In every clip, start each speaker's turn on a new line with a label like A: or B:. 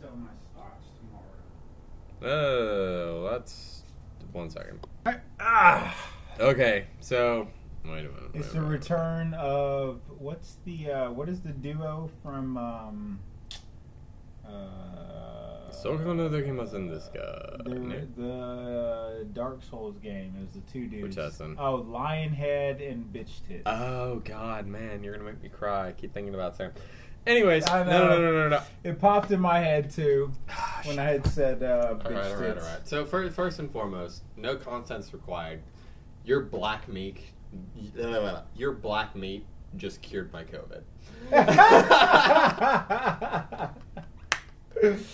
A: sell my stocks tomorrow.
B: Oh, that's one second.
C: Ah,
B: Okay, so wait a minute.
C: it's
B: wait
C: the
B: a minute.
C: return of what's the uh, what is the duo from? Um, uh,
B: Soka no Dokimasen
C: The,
B: desu ka? No.
C: the Dark Souls game is the two dudes.
B: Which has them?
C: Oh, Lionhead and Bitch Tit.
B: Oh God, man, you're gonna make me cry. I keep thinking about Sam. Anyways,
C: I
B: no, no, no,
C: know.
B: no, no, no.
C: it popped in my head too when I had said uh, Bitch
B: Ah, All right, all right,
C: Tits.
B: all right. So first, first and foremost, no content's required. Your black meat, your black meat just cured my COVID.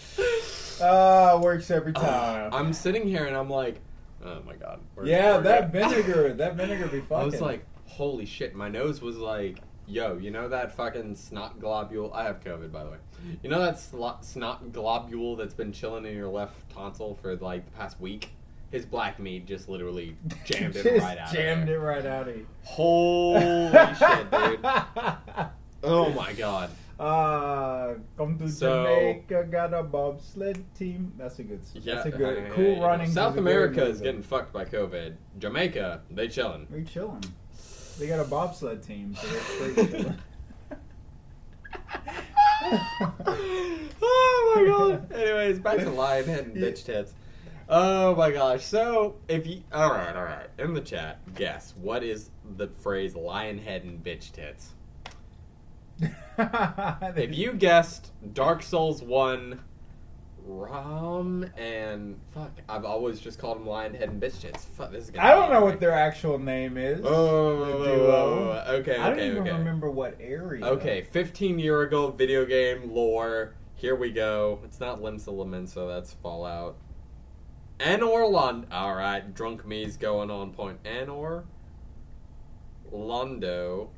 C: Ah, works every time.
B: Oh, I'm sitting here and I'm like, oh my god. we're-
C: Uh, yeah,
B: we're
C: that
B: good.
C: vinegar, that vinegar be fucking.
B: I was like, holy shit. My nose was like, yo, you know that fucking snot globule? I have COVID, by the way. You know that slo- snot globule that's been chilling in your left tonsil for like the past week? His black meat just literally jammed it
C: Just
B: right out. of
C: Jammed
B: there.
C: it right out of you.
B: Holy shit, dude. Oh my god.
C: Uh, come to
B: So-
C: Jamaica, got a bobsled team. That's a good.
B: Yeah,
C: that's a
B: I-
C: good,
B: I- you
C: cool
B: know,
C: running. is a
B: South
C: good
B: America is
C: movie.
B: getting fucked by COVID. Jamaica, they chilling.
C: We chilling. They got a bobsled team, so they're straight chilling.
B: oh my god. Anyways, back to Lionhead and bitch tits. Oh my gosh. So if you all right, all right, in the chat, guess what is the phrase Lionhead and bitch tits? If you guessed Dark Souls one, Rom and fuck, I've always just called him Lionhead and bitch tits. Fuck, this is gonna
C: I don't
B: be
C: know
B: hard.
C: what their actual name is.
B: Oh,
C: the
B: whoa,
C: duo.
B: whoa, whoa. okay, okay,
C: um, I don't even
B: okay.
C: remember what area.
B: Okay, 15 year ago video game lore. Here we go. It's not Limsa Limensa, that's Fallout. Anor Londo. Alright, Drunk Me's going on point. Anor Londo.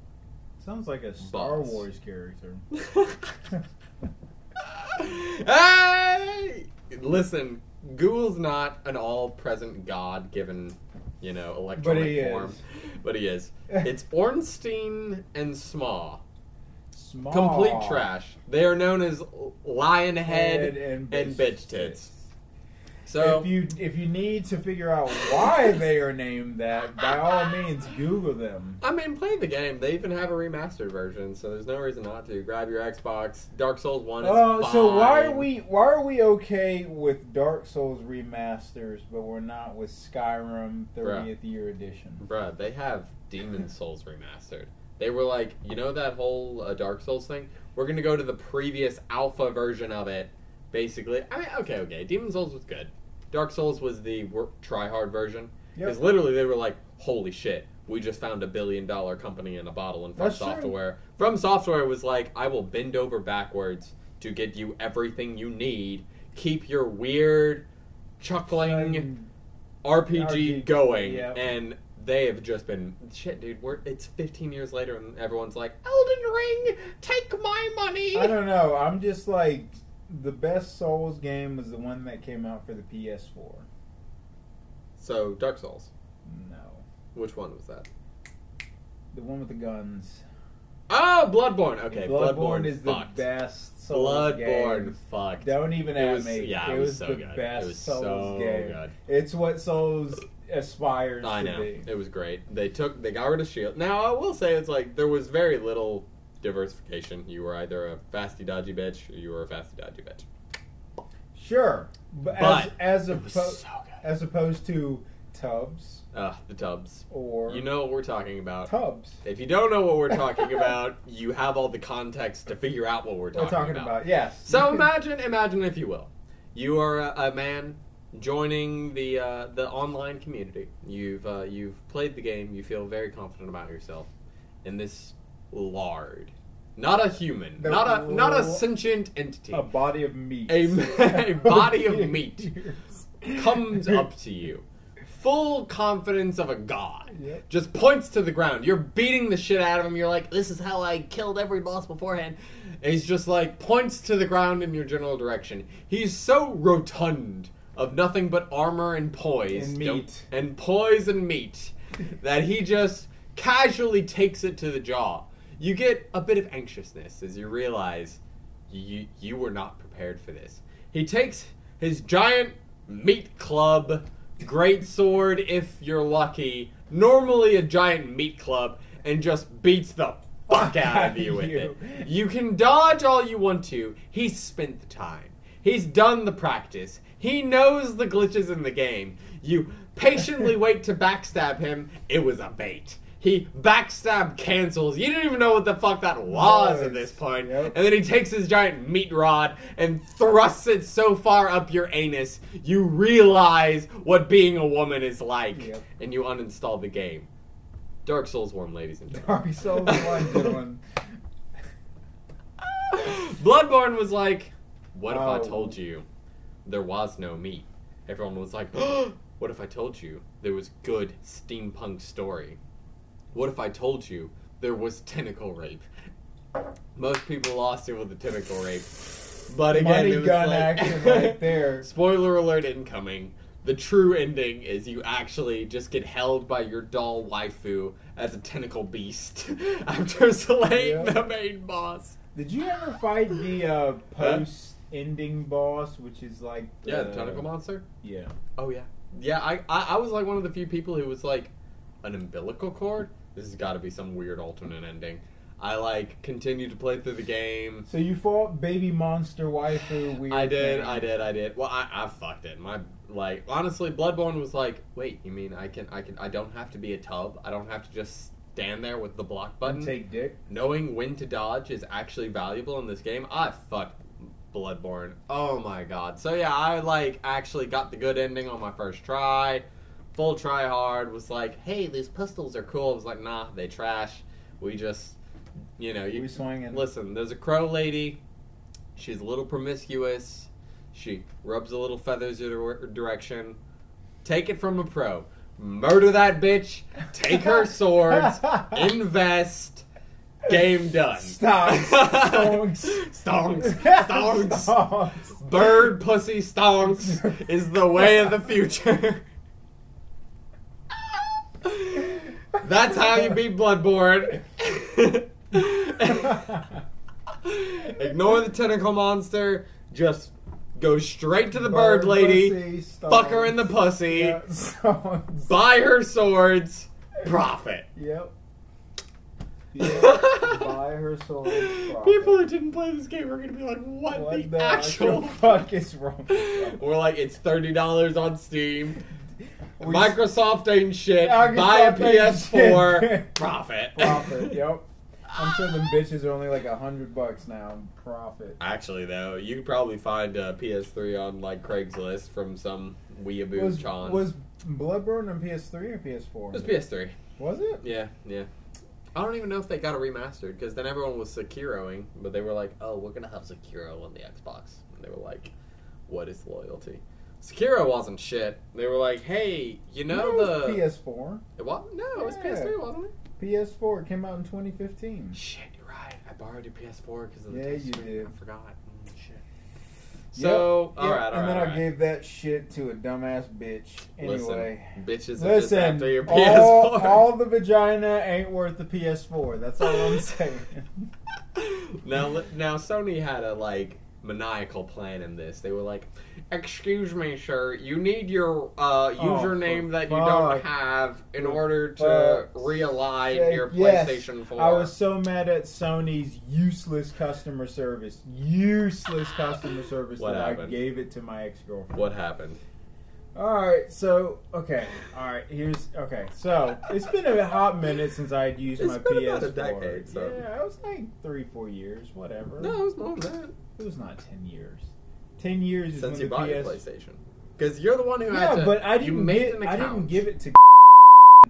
C: Sounds like a Star
B: Boss.
C: Wars character.
B: hey! Listen, Ghoul's not an all present god given, you know, electronic
C: he is.
B: form. But he is. It's Ornstein and Smaw.
C: Small.
B: Complete trash. They are known as lion head
C: Head and
B: and
C: bitch
B: bitch
C: tits.
B: tits. So
C: if you if you need to figure out why they are named that, by all means, Google them.
B: I mean, play the game. They even have a remastered version, so there's no reason not to. Grab your Xbox. Dark Souls One. Is
C: Oh, so why are
B: fine.
C: we why are we okay with Dark Souls remasters, but we're not with Skyrim 30th year edition?
B: Bruh, they have Demon Souls remastered. They were like, you know that whole uh, Dark Souls thing? We're gonna go to the previous alpha version of it, basically. I mean, okay, okay. Demon Souls was good. Dark Souls was the wor- try hard version.
C: Yep.
B: Because literally they were like, holy shit, we just found a billion dollar company in a bottle in From
C: That's true.
B: Software. From Software was like, I will bend over backwards to get you everything you need. Keep your weird chuckling.
C: Um,
B: RPG,
C: RPG,
B: going,
C: yeah.
B: and they have just been shit, dude. We're it's 15 years later, and everyone's like, "Elden Ring, take my money."
C: I don't know. I'm just like the best Souls game was the one that came out for the PS4.
B: So Dark Souls,
C: No,
B: which one was that?
C: the one with the guns.
B: Oh, Bloodborne. Okay,
C: Bloodborne,
B: Bloodborne,
C: is
B: fucked.
C: the best Souls
B: Bloodborne
C: game.
B: fucked.
C: Don't even
B: It
C: at
B: was-
C: me.
B: yeah,
C: it,
B: it was
C: was
B: so
C: the
B: good. It
C: best
B: was
C: Souls
B: so
C: game.
B: good.
C: It's what Souls aspires
B: I
C: to
B: know
C: be.
B: it was great. They took they got rid of Shield. Now I will say it's like there was very little diversification. You were either a fasty dodgy bitch, or you were a fasty dodgy bitch.
C: Sure, but,
B: But
C: as as,
B: It was
C: oppo-
B: so good.
C: as opposed to tubs
B: Ugh, the tubs.
C: or
B: You know what we're talking about.
C: tubs.
B: If you don't know what we're talking about, you have all the context to figure out what we're talking,
C: We're talking about, yes.
B: So
C: you can-
B: imagine, imagine if you will, you are a, a man joining the uh, the online community. You've uh, you've played the game. You feel very confident about yourself. And this lard, not a human,
C: The
B: not a not a
C: l-
B: sentient entity,
C: a body of meat,
B: A- a body of
C: Okay,
B: meat.
C: years.
B: comes up to you, full confidence of a god.
C: Yep.
B: Just points to the ground. You're beating the shit out of him. You're like, this is how I killed every boss beforehand. And he's just like, points to the ground in your general direction. He's so rotund of nothing but armor and poise.
C: And
B: don't-
C: meat.
B: And poise and meat. that he just casually takes it to the jaw. You get a bit of anxiousness as you realize you you were not prepared for this. He takes his giant meat club, great sword if you're lucky, normally a giant meat club, and just beats the fuck out of you with it. You can dodge all you want to. He's spent the time. He's done the practice. He knows the glitches in the game. You patiently wait to backstab him. It was a bait. He backstab cancels. You didn't even know what the fuck that was at this point.
C: Yep.
B: And then he takes his giant meat rod and thrusts it so far up your anus, you realize what being a woman is like,
C: Yep.
B: and you uninstall the game. Dark Souls Warm, ladies and gentlemen.
C: Dark Souls one gentlemen.
B: Bloodborne was like, what if I
C: Oh.
B: told you there was no meat? Everyone was like, what if I told you there was good steampunk story? What if I told you there was tentacle rape? Most people lost it with the tentacle rape. But again,
C: Money
B: it was
C: gun
B: like-
C: action right there.
B: Spoiler alert incoming. The true ending is you actually just get held by your doll waifu as a tentacle beast after slaying
C: Yeah.
B: the main boss.
C: Did you ever fight the uh, post-ending boss, which is like
B: Yeah, the tentacle monster.
C: Yeah.
B: Oh yeah, yeah. I, I I was like one of the few people who was like, an umbilical cord. This has got to be some weird alternate ending. I like continued to play through the game.
C: So you fought baby monster waifu. Weird
B: I did,
C: thing.
B: I did, I did. Well, I, I fucked it. My like honestly, Bloodborne was like, wait, you mean I can I can I don't have to be a tub. I don't have to just stand there with the block button.
C: And take dick.
B: Knowing when to dodge is actually valuable in this game. I fucked Bloodborne. Oh my god. So yeah, I like actually got the good ending on my first try. Full try hard was like, hey, these pistols are cool. I was like, nah, they trash. We just, you know, you
C: we swinging.
B: Listen, there's a crow lady. She's a little promiscuous. She rubs a little feathers your dir- direction. Take it from a pro. Murder that bitch. Take her swords. invest. Game done.
C: Stonks. Stonks.
B: Stonks. Stonks. Bird pussy stonks is the way of the future. That's how you beat Bloodborne. Ignore the tentacle monster. Just go straight to the bird,
C: Bird
B: lady.
C: pussy,
B: fuck her in the
C: stonks.
B: pussy.
C: Yeah, stonks.
B: Buy her swords. Profit.
C: Yep. Yep. Buy her soul.
B: People who didn't play this game are gonna be like, what, the, actual
C: fuck is wrong? with you?
B: Or like it's thirty dollars on Steam.
C: We
B: Microsoft ain't shit.
C: Microsoft
B: Buy a
C: ain't
B: PS4.
C: shit.
B: profit.
C: profit. Yep. I'm sure them bitches are only like a hundred bucks now. Profit.
B: Actually, though, you could probably find a PS3 on like Craigslist from some weeaboo
C: Was,
B: chon.
C: was Bloodborne on PS3 or PS4?
B: it was PS3?
C: Was it?
B: Yeah, yeah. I don't even know if they got it remastered because then everyone was Sekiroing, but they were like, "Oh, we're gonna have Sekiro on the Xbox." And they were like, "What is loyalty?" Sekiro wasn't shit. They were like, "Hey, you know
C: No, it
B: the
C: was PS4.
B: It wa- no, it was
C: Yeah.
B: PS3, wasn't it?"
C: PS4 it came out in 2015.
B: Shit, you're right. I borrowed your PS4 because of the
C: Yeah,
B: text
C: you
B: screen.
C: did.
B: I forgot. Mm, shit. So,
C: Yep,
B: all
C: yep,
B: right, all right.
C: And then
B: all
C: I
B: right.
C: gave that shit to a dumbass bitch.
B: Listen,
C: Anyway.
B: bitches are just
C: Listen,
B: after your PS4.
C: all, all the vagina ain't worth the PS4. That's all I'm saying.
B: now, li- now Sony had a like maniacal plan in this. They were like, "Excuse me, sir, you need your uh, username
C: Oh, for
B: that you
C: fuck.
B: don't have in
C: For
B: order to
C: fuck's
B: realign
C: sake,
B: your
C: yes.
B: PlayStation 4."
C: I was so mad at Sony's useless customer service. Useless customer service
B: What
C: that I
B: happened?
C: gave it to my ex girlfriend.
B: What happened?
C: Alright, so, okay. Alright, here's. Okay, so, it's been a hot minute since I had used
B: It's
C: my
B: been
C: PS4.
B: about a decade, so-
C: Yeah, it was like three, four years, whatever.
B: No, it was more than that.
C: It was not 10 years. 10 years
B: Since
C: is
B: you
C: when
B: bought
C: the
B: your
C: PS
B: PlayStation, because you're the one who had
C: Yeah,
B: to.
C: but I
B: you
C: didn't
B: made
C: get,
B: an
C: I
B: account.
C: didn't give it to.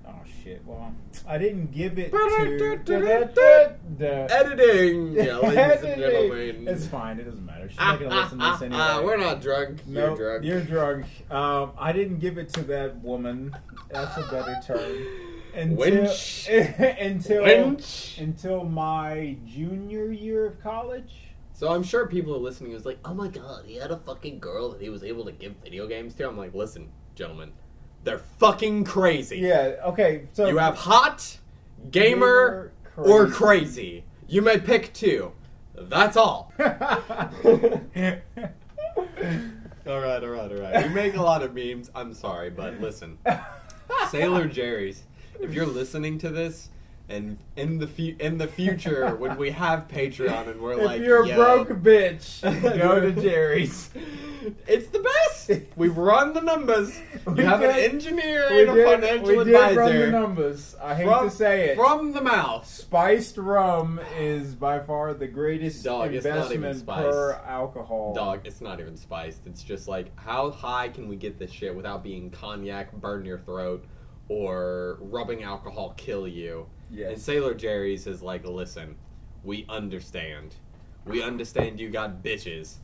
C: Oh shit! Well, I didn't give it to.
B: editing. Yeah, ladies and
C: Editing.
B: gentlemen.
C: It's fine. It doesn't matter. She's
B: Ah,
C: not gonna
B: ah,
C: listen to
B: ah,
C: this anyway.
B: ah, we're not drunk.
C: Nope,
B: you're drunk.
C: You're drunk. Um, I didn't give it to that woman. That's a better term. Until
B: Winch.
C: until
B: Winch.
C: until my junior year of college.
B: So I'm sure people are listening who's like, oh my god, he had a fucking girl that he was able to give video games to. I'm like, listen, gentlemen, they're fucking crazy.
C: Yeah. Okay. So
B: You have hot, gamer,
C: Gamer,
B: or
C: crazy.
B: crazy. You may pick two. That's all.
C: Sailor
B: All right, all right, all right. We make a lot of memes. I'm sorry, but listen, Sailor Jerry's. If you're listening to this, and in the fu- in the future when we have Patreon and we're
C: if
B: like,
C: you're a
B: "Yo,
C: broke bitch, go to Jerry's.
B: It's the best. We've run the numbers.
C: We
B: You have an
C: did-
B: engineer
C: We
B: and a
C: did,
B: financial
C: we did run the
B: advisor.
C: numbers. I hate
B: from,
C: to say it.
B: from the mouth.
C: Spiced rum is by far the greatest
B: Dog, it's not even
C: investment
B: spice.
C: per alcohol.
B: Dog, it's not even spiced. It's just like, how high can we get this shit without being cognac burn your throat or rubbing alcohol kill you? And
C: Yes.
B: Sailor Jerry's is like, listen, we understand. We understand you got bitches.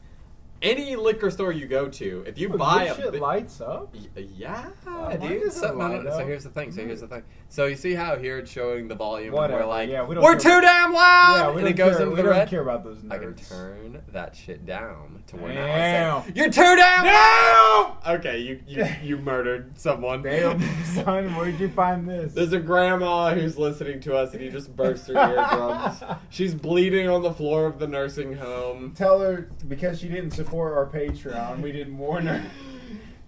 B: Any liquor store you go to, if you
C: Ooh,
B: buy
C: this
B: a
C: Oh, shit
B: bi-
C: lights up.
B: Y- Yeah,
C: Oh, mine
B: dude.
C: doesn't
B: So, no, no,
C: light
B: so
C: up. Hmm.
B: here's the thing. So here's the thing. So you see how here it's showing the volume,
C: Whatever,
B: and we're like,
C: yeah, we
B: we
C: don't
B: are
C: care-
B: too damn
C: Yeah,
B: loud,
C: we don't
B: and Um, it goes
C: care.
B: into
C: we
B: the
C: don't
B: red.
C: care about those nerds.
B: I can turn that shit down to where now I
C: Damn.
B: say, you're too damn
C: Damn!
B: loud. Okay, you you you murdered someone.
C: Damn, son, where'd you find this?
B: There's a grandma who's listening to us, and you just burst her eardrums. She's bleeding on the floor of the nursing home.
C: Tell her because she didn't support our Patreon, we didn't warn her.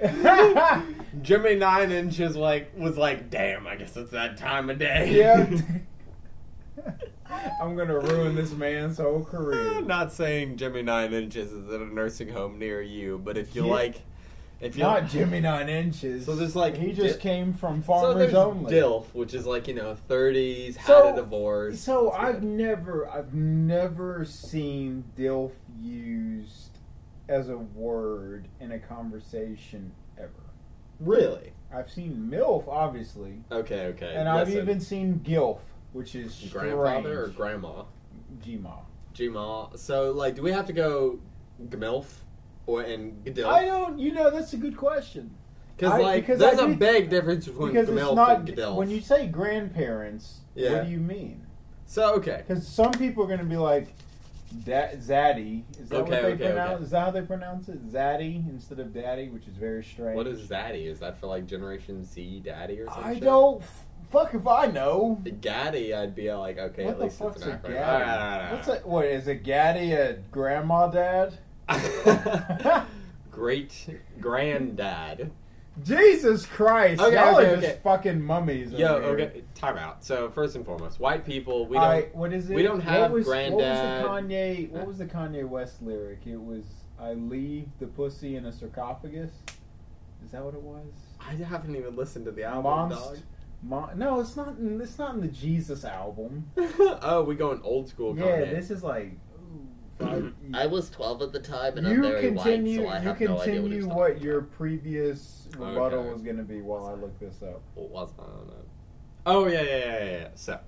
B: Jimmy Nine Inch is like was like, damn, I guess it's that time of day.
C: yep. I'm gonna ruin this man's whole career.
B: I'm not saying Jimmy Nine Inches is at a nursing home near you, but if you
C: Yeah.
B: like, if you
C: Not Jimmy Nine Inches.
B: So there's like
C: he just
B: Di-
C: came from
B: so
C: Farmers
B: there's
C: Only.
B: DILF, which is like you know 30s,
C: So-
B: had a divorce.
C: So
B: That's
C: I've
B: good.
C: never, I've never seen DILF used as a word in a conversation ever.
B: really
C: I've seen MILF, obviously,
B: okay, okay,
C: and I've
B: listen.
C: even seen GILF, which is
B: grandfather or
C: strange.
B: grandma,
C: Gma.
B: Gma. So like, do we have to go Gmilf or and
C: I
B: Gdilf?
C: don't. You know, that's a good question I-
B: Because like,
C: because
B: there's
C: I
B: a
C: do-
B: big difference between
C: because it's
B: Gmilf and
C: not
B: Gdilf.
C: when you say grandparents.
B: Yeah.
C: What do you mean?
B: so okay,
C: Because some people are going to be like, "Da- "Zaddy." Is that
B: Okay,
C: what they
B: okay,
C: pronounce?
B: okay.
C: Is that how they pronounce it? Zaddy instead of daddy, which is very strange.
B: what is Zaddy? Is that for like Generation Z Daddy or something?
C: I don't. f- Fuck if I know.
B: The Gaddy, I'd be like, okay,
C: what
B: at
C: the
B: least it's
C: fuck's
B: an
C: a
B: acronym.
C: gaddy?
B: All right, all right, all right.
C: What's a, what is a gaddy? A grandma dad?
B: Great granddad.
C: Jesus Christ!
B: Okay,
C: Y'all
B: okay,
C: are
B: okay.
C: just fucking mummies.
B: Yo,
C: over here.
B: okay, time out. So first and foremost, white people, we don't.
C: All right, what is it?
B: we don't have
C: what was,
B: granddad.
C: What was the Kanye? What was the Kanye West lyric? It was "I leave the pussy in a sarcophagus." Is that what it was?
B: I haven't even listened to the album,
C: Monst. Mon- no, it's not. In, it's not in the Jesus album.
B: dog. oh, we going old school.
C: yeah,
B: Kanye.
C: this is like. ooh, five-
D: I was 12 at the time, and
C: you
D: I'm very
C: continue.
D: white, so I
C: you
D: have no idea what
C: continue
D: he's
C: what,
D: talking
C: your
D: about.
C: previous rebuttal
B: Okay.
C: was going to be while I look this up.
B: What was I don't know. Oh yeah, yeah, yeah, yeah, yeah. So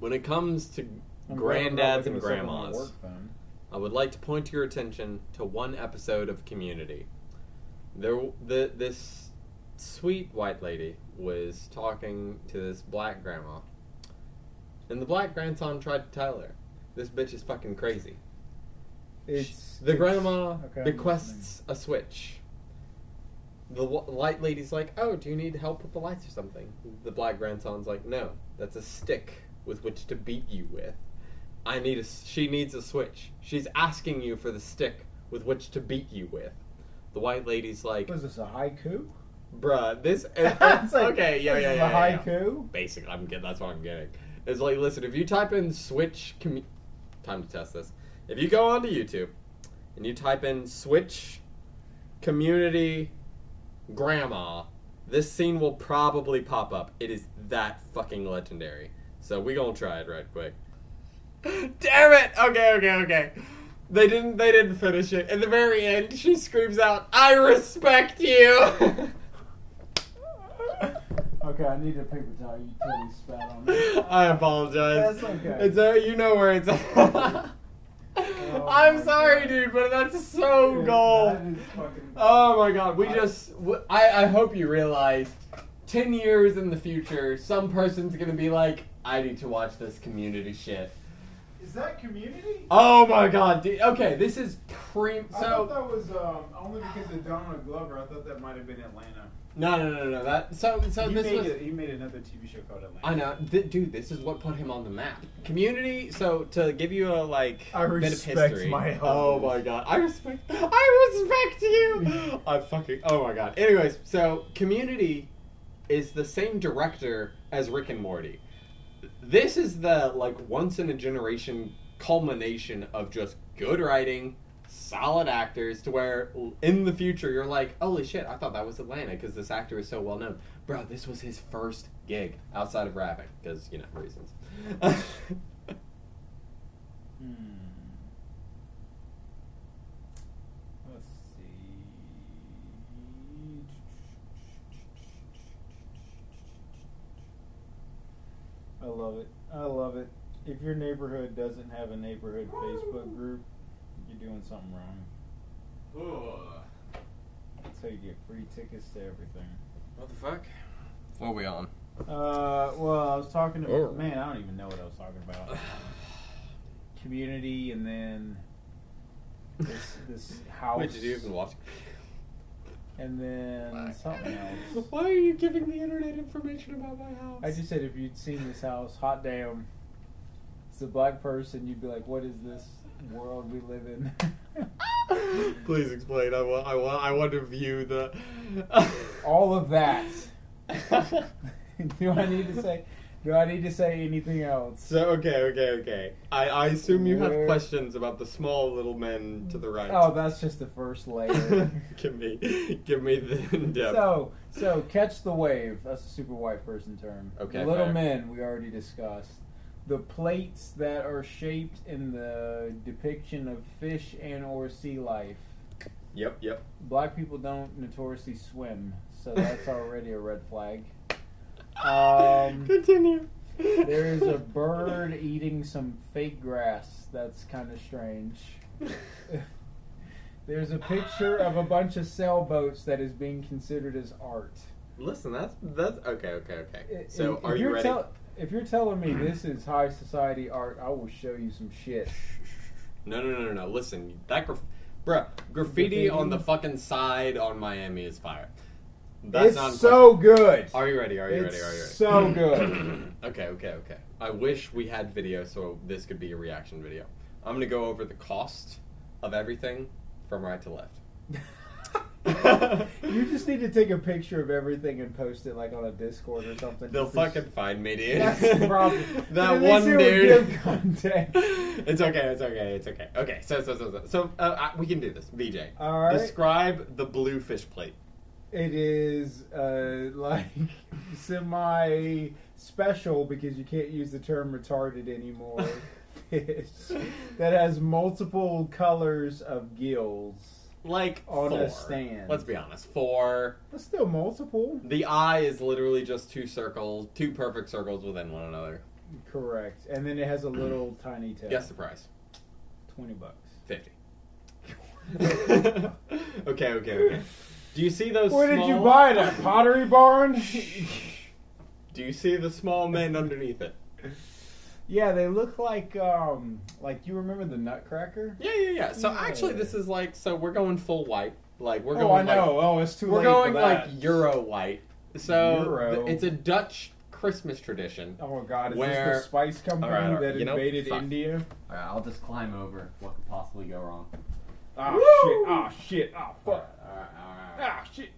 B: when it comes to
C: I'm glad I'm not
B: granddads
C: looking
B: and
C: this up on my
B: grandmas,
C: work phone.
B: I would like to point your attention to one episode of Community. There, the, this sweet white lady was talking to this black grandma, and the black grandson tried to tell her, "This bitch is fucking crazy."
C: It's
B: the
C: it's-
B: grandma
C: okay, I'm listening.
B: bequests a switch. The w- light lady's like, "Oh, do you need help with the lights or something?" The black grandson's like, "No, that's a stick with which to beat you with. I need a. s- She needs a switch. She's asking you for the stick with which to beat you with." The white lady's like,
C: Was this a haiku?
B: "Bruh, this."
C: It's like,
B: okay, yeah,
C: this
B: yeah,
C: is
B: yeah, yeah,
C: A
B: yeah.
C: haiku.
B: Basically, I'm getting. That's what I'm getting. It's like, listen, if you type in switch commu- time to test this. If you go onto YouTube and you type in switch community grandma, this scene will probably pop up. It is that fucking legendary. So we gonna try it right quick. Damn it! Okay, okay, okay. They didn't. They didn't finish it. At the very end, she screams out, "I respect you."
C: Okay, I need a paper towel. You totally spat on me.
B: I apologize.
C: That's okay.
B: It's uh, you know where it's at.
C: my
B: I'm sorry,
C: God.
B: dude, but that's so
C: Dude,
B: gold.
C: that is fucking-
B: Oh my God, we
C: I-
B: just. w- I, I hope you realize, ten years in the future, some person's gonna be like, I need to watch this community shit.
C: Is that community?
B: Oh my God, dude. Okay, this is pre.
C: I thought
B: So
C: that was um, only because of Donald Glover. I thought that might have been Atlanta.
B: No, no, no, no. That so so
A: he,
B: this
A: made
B: was.
A: a, he made another TV show called Atlanta.
B: I know, Th- dude. This is what put him on the map. Community. So to give you a like
C: I
B: bit of
C: respect
B: history.
C: my
B: oh
C: elders.
B: my god, I respect. I respect you. I fucking. Oh my god. Anyways, so Community is the same director as Rick and Morty. This is the like once in a generation culmination of just good writing, solid actors to where l- in the future you're like, holy shit, I thought that was Atlanta because this actor is so well known. Bro, this was his first gig outside of rapping because, you know, reasons.
A: Hmm. Let's see.
C: I love it. I love it. If your neighborhood doesn't have a neighborhood Facebook group, you're doing something wrong. That's how you get free tickets to everything.
B: What the fuck? What are we on?
C: Uh, well, I was talking to
B: Oh.
C: man. I don't even know what I was talking about. Community, and then this this house,
B: Wait, did you even watch?
C: and then something else.
B: Why are you giving the internet information about my house?
C: I just said if you'd seen this house, hot damn. It's a black person, you'd be like, what is this world we live in?
B: Please explain. I want. I want. I want to view the.
C: All of that. Do I need to say? Do I need to say anything else?
B: So okay, okay, okay. I, I assume you have
C: Where-
B: questions about the small little men to the right.
C: Oh, that's just the first layer.
B: give me, give me the in depth.
C: So, so catch the wave. That's a super white person term.
B: Okay,
C: The little
B: fair.
C: men we already discussed. The plates that are shaped in the depiction of fish and or sea life.
B: Yep, yep.
C: Black people don't notoriously swim, so that's already a red flag. Um,
B: Continue.
C: There is a bird eating some fake grass. That's kind of strange. There's a picture of a bunch of sailboats that is being considered as art.
B: Listen, that's that's okay, okay, okay.
C: I-
B: So
C: if
B: are you
C: you're
B: ready? Hmm.
C: tell- if you're telling me this is high society art, I will show you some shit.
B: No, no, no, no, no. Listen, that graf- bruh, graffiti,
C: Graffiti?
B: on the fucking side on Miami is fire. That's
C: it's
B: not a
C: so good.
B: question. Are you ready? Are you
C: it's
B: ready? Are you ready?
C: so good.
B: okay, okay, okay. I wish we had video so this could be a reaction video. I'm gonna go over the cost of everything from right to left.
C: you just need to take a picture of everything and post it like on a Discord or something.
B: They'll
C: Just to-
B: fucking find me, dude.
C: That's the problem.
B: that
C: At least
B: one
C: it would
B: dude.
C: give context.
B: it's okay. It's okay. It's okay. Okay. So so so so so uh, I- we can do this, BJ.
C: All right.
B: Describe the blue fish plate.
C: It is uh, like semi special because you can't use the term retarded anymore. Fish that has multiple colors of gills.
B: Like
C: On
B: four.
C: a stand.
B: Let's be honest. Four.
C: That's still multiple.
B: The eye is literally just two circles, two perfect circles within one another.
C: Correct. And then it has a little tiny tail.
B: Guess the price.
C: 20 bucks.
B: Fifty. okay. Okay. Okay. Do you see those?
C: Where did you
B: small-
C: buy it at? Pottery Barn?
B: Do you see the small men underneath it?
C: yeah, they look like, um, like you remember the Nutcracker?
B: Yeah, yeah, yeah. So
C: Yeah.
B: actually, this is like so we're going full white. Like we're
C: oh, I
B: going. like,
C: know. oh, it's too
B: We're
C: late.
B: going
C: for
B: like
C: that.
B: Euro white. So
C: Euro.
B: th- it's a Dutch Christmas tradition.
C: Oh my God! Is
B: Where-
C: this the spice company
B: All right, all right.
C: that
B: You know,
C: invaded
B: fuck.
C: India?
B: All right, I'll just climb over. What could possibly go wrong?
C: Ah
A: Woo!
C: shit! Ah Ah shit!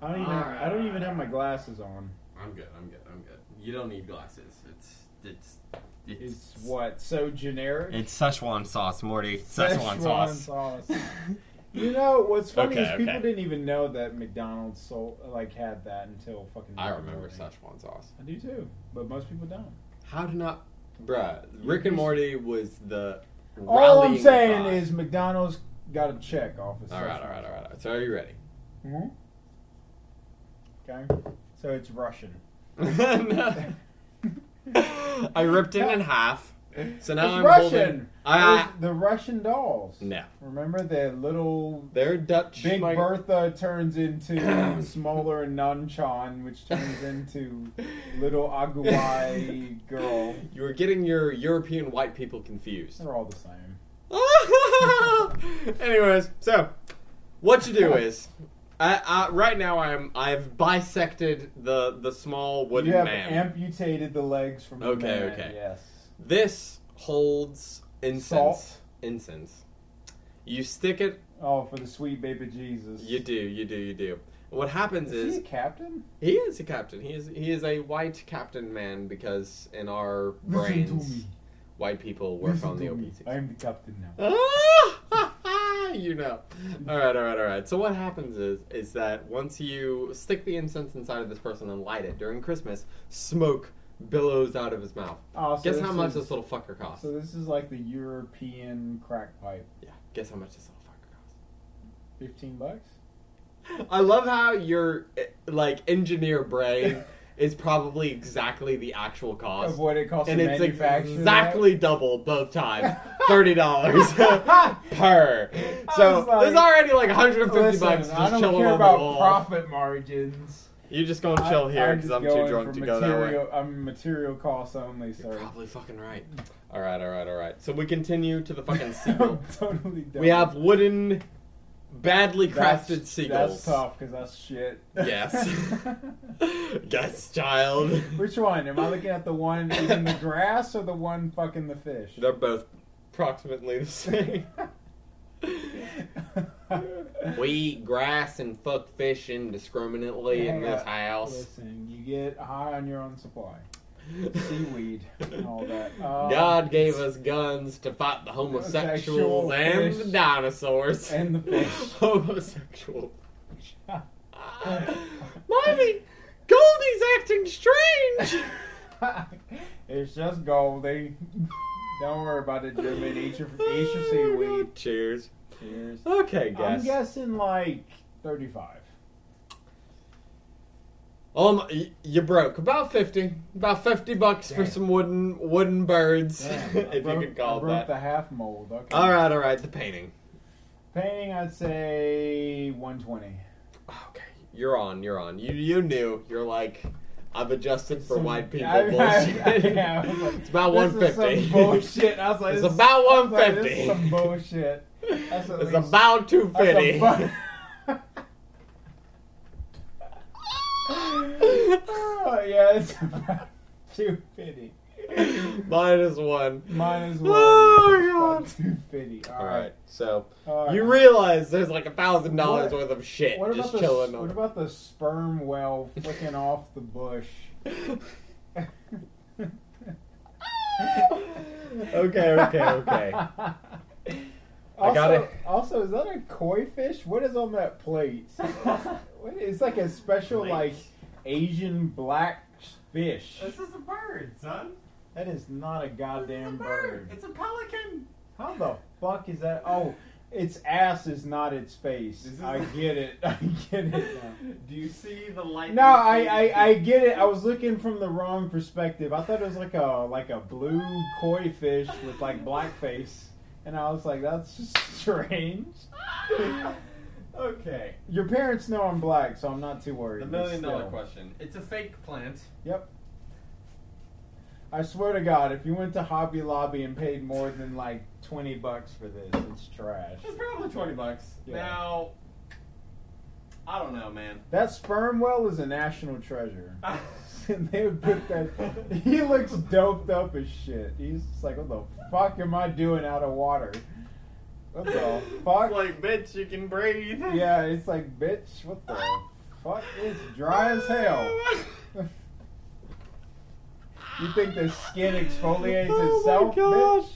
C: I don't even. I don't even have my glasses on.
B: I'm good. I'm good. I'm good. You don't need glasses. It's it's
C: It's what so generic.
B: It's Szechuan sauce, Morty. Szechuan, sauce.
C: sauce. You know what's funny
B: Okay,
C: is people
B: okay.
C: didn't even know that McDonald's sold like had that until fucking.
B: I remember
C: Morty.
B: Szechuan sauce.
C: I do too, but most people don't.
B: How do not, bruh? Rick and Morty was the.
C: All I'm
B: rallying
C: saying
B: cry.
C: is McDonald's got a check off. Of
B: All right, all right, all right. all right. So are you ready?
C: Mm-hmm. Okay, so it's Russian.
B: I ripped it in half. So now
C: it's
B: I'm
C: Russian.
B: holding. I,
C: There's the Russian dolls.
B: no,
C: Remember the little
B: they're Dutch.
C: Big
B: my-
C: Bertha turns into smaller Nunchan, which turns into little Aguai girl.
B: You were getting your European white people confused.
C: They're all the same. Oh.
B: Anyways, so what you do is I, I, right now, I'm I've bisected the the small wooden
C: you have
B: man.
C: amputated the legs from the
B: Okay,
C: man,
B: okay.
C: Yes.
B: this holds incense.
C: Salt.
B: Incense. You stick it.
C: Oh, for the sweet baby Jesus.
B: You do. You do. You do. What happens
C: Is
B: is
C: he a captain?
B: He is a captain. He is he is a white captain man because in our brains, white people work on the open seas.
C: I am the captain now.
B: Ah! you know. All right, all right, all right. So what happens is is that once you stick the incense inside of this person and light it during Christmas, smoke billows out of his mouth.
C: Oh, so
B: Guess how
C: this
B: much
C: is-
B: this little fucker costs?
C: So this is like the European crack pipe.
B: yeah. Guess how much this little fucker costs?
C: Fifteen bucks.
B: I love how your eh, like engineer brain is probably exactly the actual cost
C: Of what it costs
B: and
C: to
B: it's
C: manufacture
B: exactly double both times. Thirty dollars per. So
C: was like,
B: there's already like
C: that.
B: 150
C: Listen,
B: bucks
C: I
B: just
C: don't
B: chilling
C: care
B: over
C: about
B: the wall.
C: profit margins.
B: You're just gonna chill
C: I-
B: here because
C: just
B: I'm too
C: going
B: drunk
C: for
B: to go that way.
C: material- I'm material costs only,
B: You're
C: sir.
B: probably fucking right. All right, all right, all right. So we continue to the fucking
C: I'm
B: seagull.
C: totally done.
B: we have wooden, badly
C: That's-
B: crafted
C: That's
B: seagulls.
C: tough because that's shit.
B: Yes. Yes, child.
C: Which one? Am I looking at the one eating the grass or the one fucking the fish?
B: They're both approximately the same. we eat grass and fuck fish indiscriminately in
C: Hang
B: this
C: up.
B: house.
C: Listen, you get high on your own supply. Seaweed and all that. Um,
B: God gave us guns to fight the homosexuals
C: Homosexual
B: and
C: fish.
B: the dinosaurs.
C: And the fish.
B: Homosexual. Mommy, Goldie's acting strange.
C: it's just Goldie. Don't worry about it, Jimmy. Eat your, eat your seaweed.
B: Cheers.
C: Cheers.
B: Okay,
C: I'm
B: guys.
C: guessing like 35.
B: Um, y- you broke about fifty, about fifty bucks for
C: Damn.
B: some wooden wooden birds,
C: Damn, I
B: if
C: broke-
B: you could call
C: I
B: it
C: broke
B: that.
C: the half mold. Okay.
B: All right, all right. The painting.
C: Painting, I'd say 120.
B: Okay, you're on. You're on. You you knew. You're like, I've adjusted for
C: Some-
B: white people
C: I- I-
B: bullshit.
C: yeah, I was like,
B: it's about
C: this
B: one
C: is
B: fifty.
C: some bullshit. I was like,
B: It's
C: this-
B: about
C: I was like, this is
B: 150.
C: some bullshit. That's at
B: it's
C: least-
B: about two
C: That's
B: fifty.
C: a bu- oh, yeah, it's about 250.
B: Minus one.
C: Minus one.
B: Oh god.
C: 250.
B: All right, so
C: All right.
B: you realize there's like a thousand dollars
C: What-
B: worth of shit
C: What
B: just
C: about, the,
B: chilling.
C: what
B: on-
C: about the sperm whale flicking off the bush?
B: okay, okay, okay.
C: Also,
B: gotta-
C: also, is that a koi fish? What is on that plate? What- it's like a special,
B: Plate.
C: like, Asian black fish.
A: is a bird, son.
C: That is not a goddamn bird.
A: a pelican.
C: How the fuck is that? Oh, its ass is not its face.
A: This is-
C: I get it. I get it now.
A: Do you see the light?
C: No, I, I, I get it. I was looking from the wrong perspective. I thought it was like a like a blue koi fish with like black face, and I was like, that's just strange.
A: okay.
C: Your parents know I'm black, so I'm not too worried.
B: The
C: but
B: million dollar
C: still.
B: question. It's a fake plant.
C: Yep. I swear to God, if you went to Hobby Lobby and paid more than like twenty bucks for this, it's trash.
B: It's probably twenty bucks.
C: Yeah.
B: Now, I don't know, man.
C: That sperm whale is a national treasure. and they would put that. He looks doped up as shit. He's just like, what the fuck am I doing out of water? What the fuck?
B: It's like, bitch, you can breathe.
C: yeah, it's like, bitch, what the fuck? It's dry as hell. You think the skin exfoliates
B: Oh my
C: itself,
B: gosh.
C: bitch?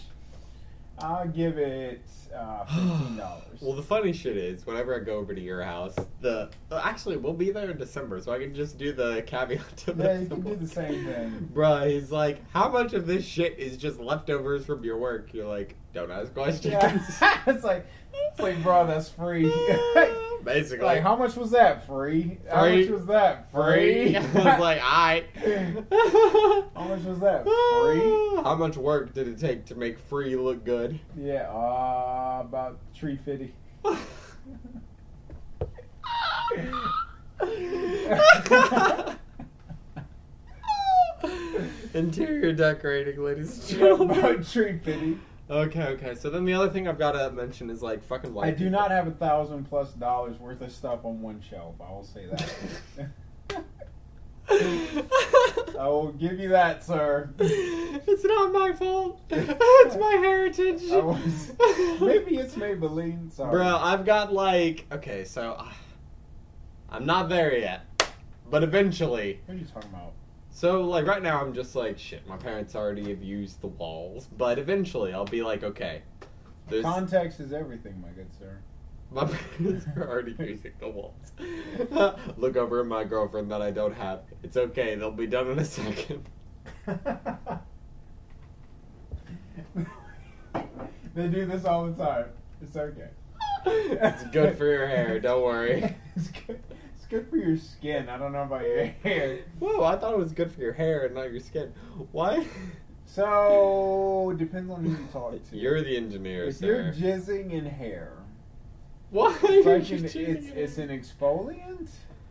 C: I'll give it uh, fifteen dollars.
B: Well, the funny shit is, whenever I go over to your house, the uh, actually we'll be there in December, so I can just do the caveat to the.
C: yeah, you can do the same thing.
B: Bruh, he's like, how much of this shit is just leftovers from your work? You're like, don't ask questions.
C: Yeah. it's like, it's like, bro, that's free.
B: Basically,
C: Like, how much was that? Free? How
B: Free.
C: much was that? Free?
B: free. I was like, alright.
C: how much was that? Free?
B: How much work did it take to make free look good?
C: Yeah, uh, about three fifty.
B: Interior decorating, ladies and
C: about
B: gentlemen.
C: three fifty.
B: Okay, okay. So then the other thing I've got to mention is like fucking white.
C: I do
B: people.
C: not have a thousand plus dollars worth of stuff on one shelf. I will say that. I will give you that, sir.
B: it's not my fault. it's my heritage.
C: I was- Maybe it's Maybelline. Sorry.
B: Bro, I've got like okay, so uh, I'm not there yet, but eventually.
C: what are you talking about?
B: So like right now, I'm just like shit. My parents already abused the walls, but eventually I'll be like okay. There's
C: Context is everything, my good sir.
B: my parents are already using the walls. Look over at my girlfriend that I don't have. It's okay. They'll be done in a second.
C: they do this all the time. It's okay.
B: it's good for your hair. Don't worry.
C: it's, good, it's good for your skin. I don't know about your hair.
B: Whoa, I thought it was good for your hair and not your skin. Why?
C: So depends on who you talk to.
B: You're the engineer,
C: if
B: sir.
C: you're jizzing in hair,
B: Why?
C: it's,
B: are
C: like
B: you
C: an, it's,
B: cheating?
C: it's an exfoliant.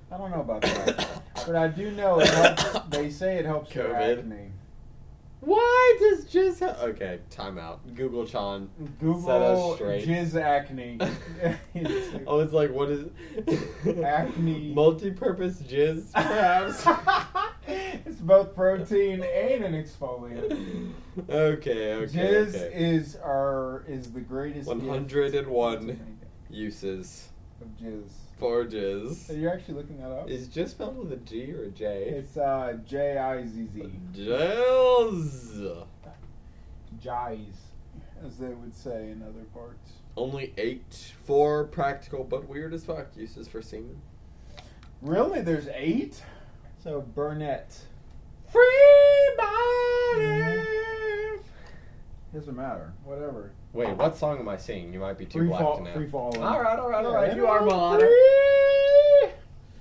C: I don't know about that, but I do know it helps. They say it helps your
B: COVID.
C: acne.
B: Why does jizz? Ha- okay, time out. Google Chan.
C: Google
B: straight. Oh,
C: jizz acne.
B: I was like, what is
C: Acne.
B: Multi-purpose jizz, perhaps.
C: it's both protein and an exfoliant.
B: okay, okay.
C: Jizz
B: okay.
C: is our is the greatest. gift
B: 101 uses
C: of jizz.
B: for
C: Are
B: jizz.
C: you actually looking that up?
B: Is jizz spelled with a G or a J?
C: It's uh J I Z Z.
B: Jizz.
C: Jize, as they would say in other parts.
B: Only eight for practical, but weird as fuck uses for semen.
C: Really, there's eight. So Burnett
B: Free Mm-hmm.
C: body! doesn't matter. Whatever.
B: Wait, what song am I singing? You might be too
C: free
B: black
C: fall.
B: to know.
C: Free fall.
B: All right, all right, all right.
C: Yeah,
B: You are
C: everyone,
B: Milana.
C: Free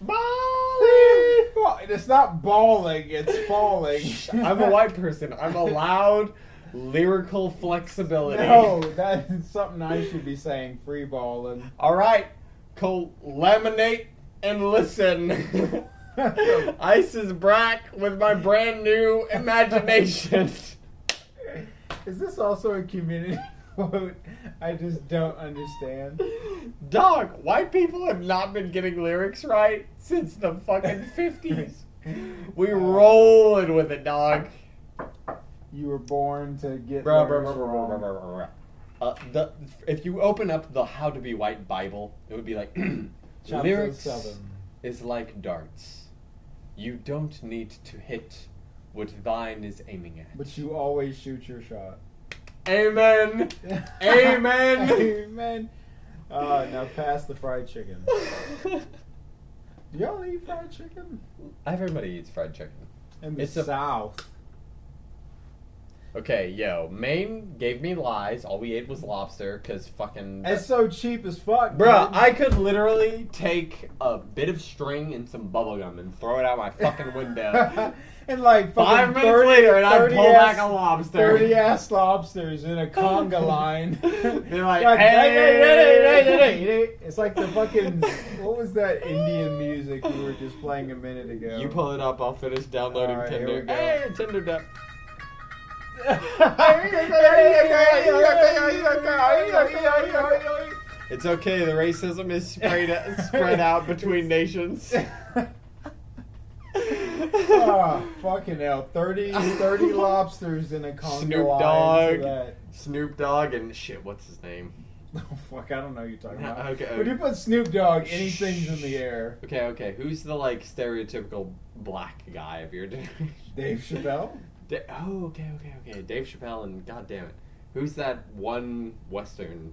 B: Bali.
C: free fall. It's not balling. It's falling.
B: I'm a white person. I'm allowed lyrical flexibility.
C: No, that is something I should be saying. Free balling.
B: All right, collaminate and listen. Ice is black with my brand new imagination.
C: Is this also a community quote? I just don't understand.
B: Dog, white people have not been getting lyrics right since the fucking 50s. We
C: Uh,
B: rolling with it, dog.
C: You were born to get.
B: Bruh, bruh,
C: letters
B: bruh, bruh,
C: wrong.
B: bruh, bruh, bruh, bruh. Uh, the, if you open up the How to Be White Bible, it would be like
C: Chapter
B: lyrics
C: seven.
B: is like darts. You don't need to hit what thine is aiming at.
C: But you always shoot your shot.
B: Amen. Amen.
C: Amen. Uh, now pass the fried chicken. Do y'all eat fried chicken?
B: Everybody eats fried chicken.
C: In the
B: It's a-
C: South.
B: Okay, yo, Maine gave me lies. All we ate was lobster because fucking.
C: It's so cheap as fuck.
B: Bruh,
C: dude.
B: I could literally take a bit of string and some bubblegum and throw it out my fucking window.
C: and like fucking
B: Five minutes
C: 30
B: later, and I
C: 30
B: pull
C: ass-
B: back a lobster.
C: Thirty ass lobsters in a conga line.
B: They're like,
C: Like,
B: "Hey!"
C: It's like the fucking what was that Indian music we were just playing a minute ago?
B: You pull it up, I'll finish downloading
C: All right, here
B: Tinder.
C: we go.
B: Hey, Tinder dep. It's okay, the racism is spread, spread out between nations.
C: oh, fucking hell. 30, 30 lobsters in a conga
B: Snoop
C: line to
B: Dogg.
C: that.
B: Snoop Dogg and shit, what's his name?
C: Oh, fuck, I don't know who you're talking about.
B: Okay.
C: When you put Snoop Dogg, anything's in the air.
B: Okay, okay, who's the like stereotypical black guy of your generation?
C: Dave Chappelle?
B: Da- oh, okay, okay, okay. Dave Chappelle and God damn it, who's that one Western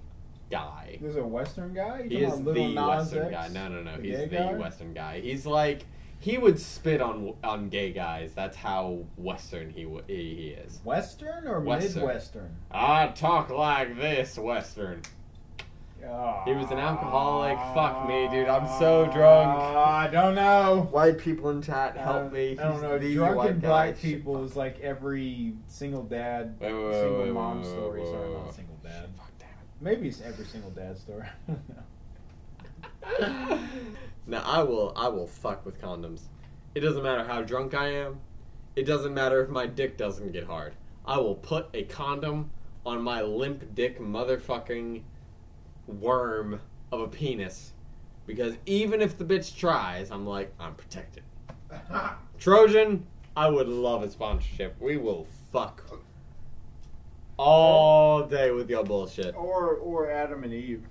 B: guy?
C: There's a Western guy? You talking
B: He is
C: about
B: the
C: Little Nas X?
B: Western guy. No, no, no.
C: The
B: he's
C: gay
B: the
C: guy?
B: Western guy. He's like he would spit on on gay guys. That's how Western he wa- he he is.
C: Western or
B: Western.
C: Midwestern?
B: I talk like this, Western. He was an alcoholic. Fuck me, dude. I'm so drunk.
C: Ah. I don't know.
B: White people in chat, help me.
C: I don't
B: He's
C: know.
B: the
C: Drunken
B: white guy.
C: black
B: Shit.
C: people is like every single dad,
B: Wait, wait, wait,
C: single
B: wait, wait,
C: mom
B: wait, wait,
C: story.
B: wait,
C: Sorry,
B: wait,
C: not
B: wait.
C: single dad.
B: Fuck, damn it.
C: Maybe it's every single dad story.
B: now I will I will fuck with condoms. It doesn't matter how drunk I am. It doesn't matter if my dick doesn't get hard. I will put a condom on my limp dick motherfucking worm of a penis. Because even if the bitch tries, I'm like, I'm protected. Trojan, I would love a sponsorship. We will fuck all day with your bullshit.
C: Or or Adam and Eve.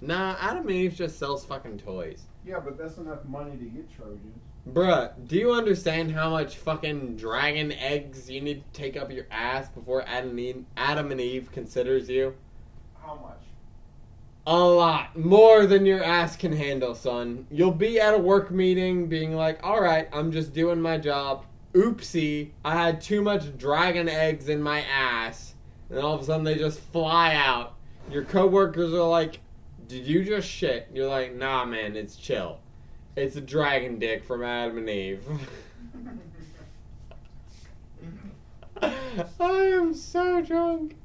B: Nah, Adam and Eve just sells fucking toys.
C: Yeah, but that's enough money to get Trojans.
B: Bruh, do you understand how much fucking dragon eggs you need to take up your ass before Adam and Eve, Adam and Eve considers you?
C: How much?
B: A lot. More than your ass can handle, son. You'll be at a work meeting being like, alright, I'm just doing my job. Oopsie, I had too much dragon eggs in my ass. And all of a sudden they just fly out. Your coworkers are like, did you just shit? You're like, nah, man, it's chill. It's a dragon dick from Adam and Eve. I am so drunk.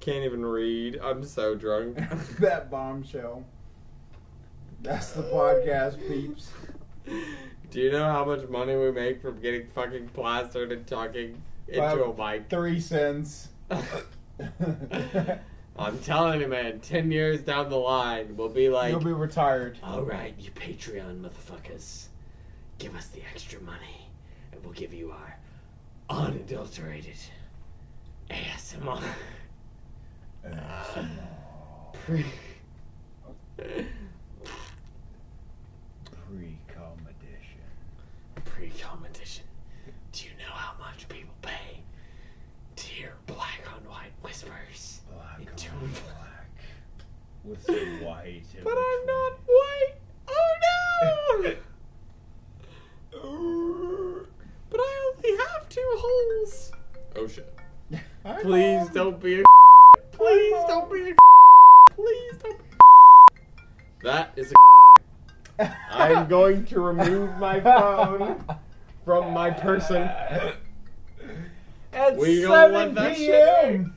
B: Can't even read. I'm so drunk.
C: that bombshell. That's the podcast, peeps.
B: Do you know how much money we make from getting fucking plastered and talking into
C: About
B: a mic?
C: Three cents.
B: I'm telling you, man, 10 years down the line, we'll be like,
C: You'll be retired.
B: alright, you Patreon motherfuckers, give us the extra money, and we'll give you our unadulterated ASMR. Pre-
C: Pre-com edition.
B: Pre competition. Do you know how much people pay to hear black on white whispers?
C: Black
B: It on turned
C: With
B: some
C: white.
B: But I'm not white. Oh no! but I only have two holes. Oh shit! Please don't be a. Please don't be a. Please don't. Be a that is a. I'm going to remove my phone from my person.
C: At
B: We gonna let
C: 7
B: that shit
C: p.m.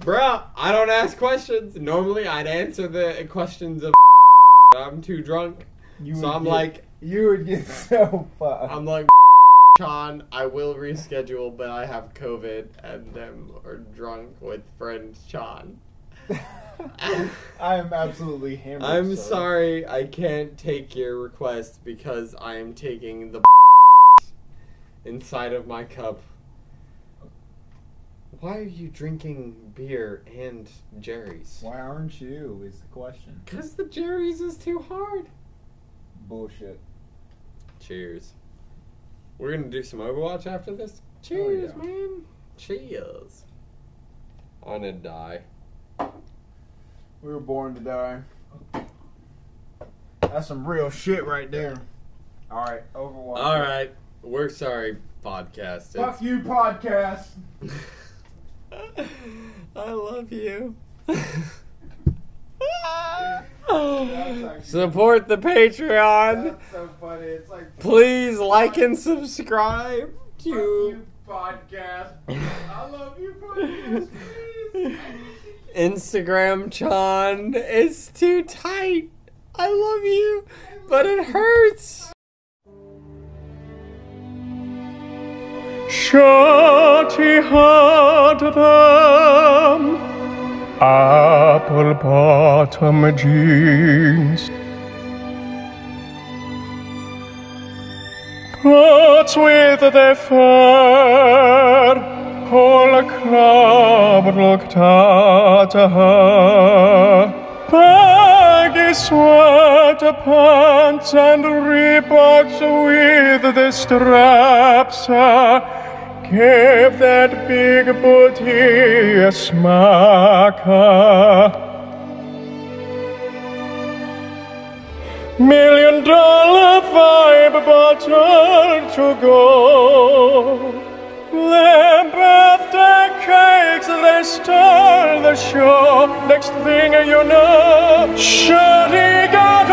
B: Bruh, I don't ask questions. Normally, I'd answer the questions of. I'm too drunk.
C: You
B: So
C: would
B: I'm
C: get-
B: like-
C: you would get so fucked.
B: I'm like, Sean, I will reschedule, but I have COVID and them are drunk with friend Sean.
C: I am absolutely hammered.
B: I'm
C: sir.
B: sorry, I can't take your request because I am taking the inside of my cup. Why are you drinking beer and Jerry's?
C: Why aren't you? Is the question.
B: Because the Jerry's is too hard.
C: Bullshit.
B: Cheers. We're gonna do some Overwatch after this. Cheers,
C: Oh, yeah.
B: man. Cheers. I'm gonna die.
C: We were born to die. That's some real shit right there. All right, Overwatch.
B: All right, we're sorry, podcast.
C: Fuck you, podcast.
B: It's- I love you.
C: actually-
B: Support the Patreon.
C: That's so funny. It's like fuck
B: Please like and subscribe to.
C: you, podcast. I love you, podcast. Please.
B: Instagram Chan is too tight. I love you, but it hurts.
E: Shorty had them apple bottom jeans. But with their fur, whole club looked at her. Baggy sweater pants and Reeboks with the straps uh, gave that big booty a smacker. Million dollar vibe bottle to go. Their birthday cakes, they stole the show. Next thing you know, Shirley got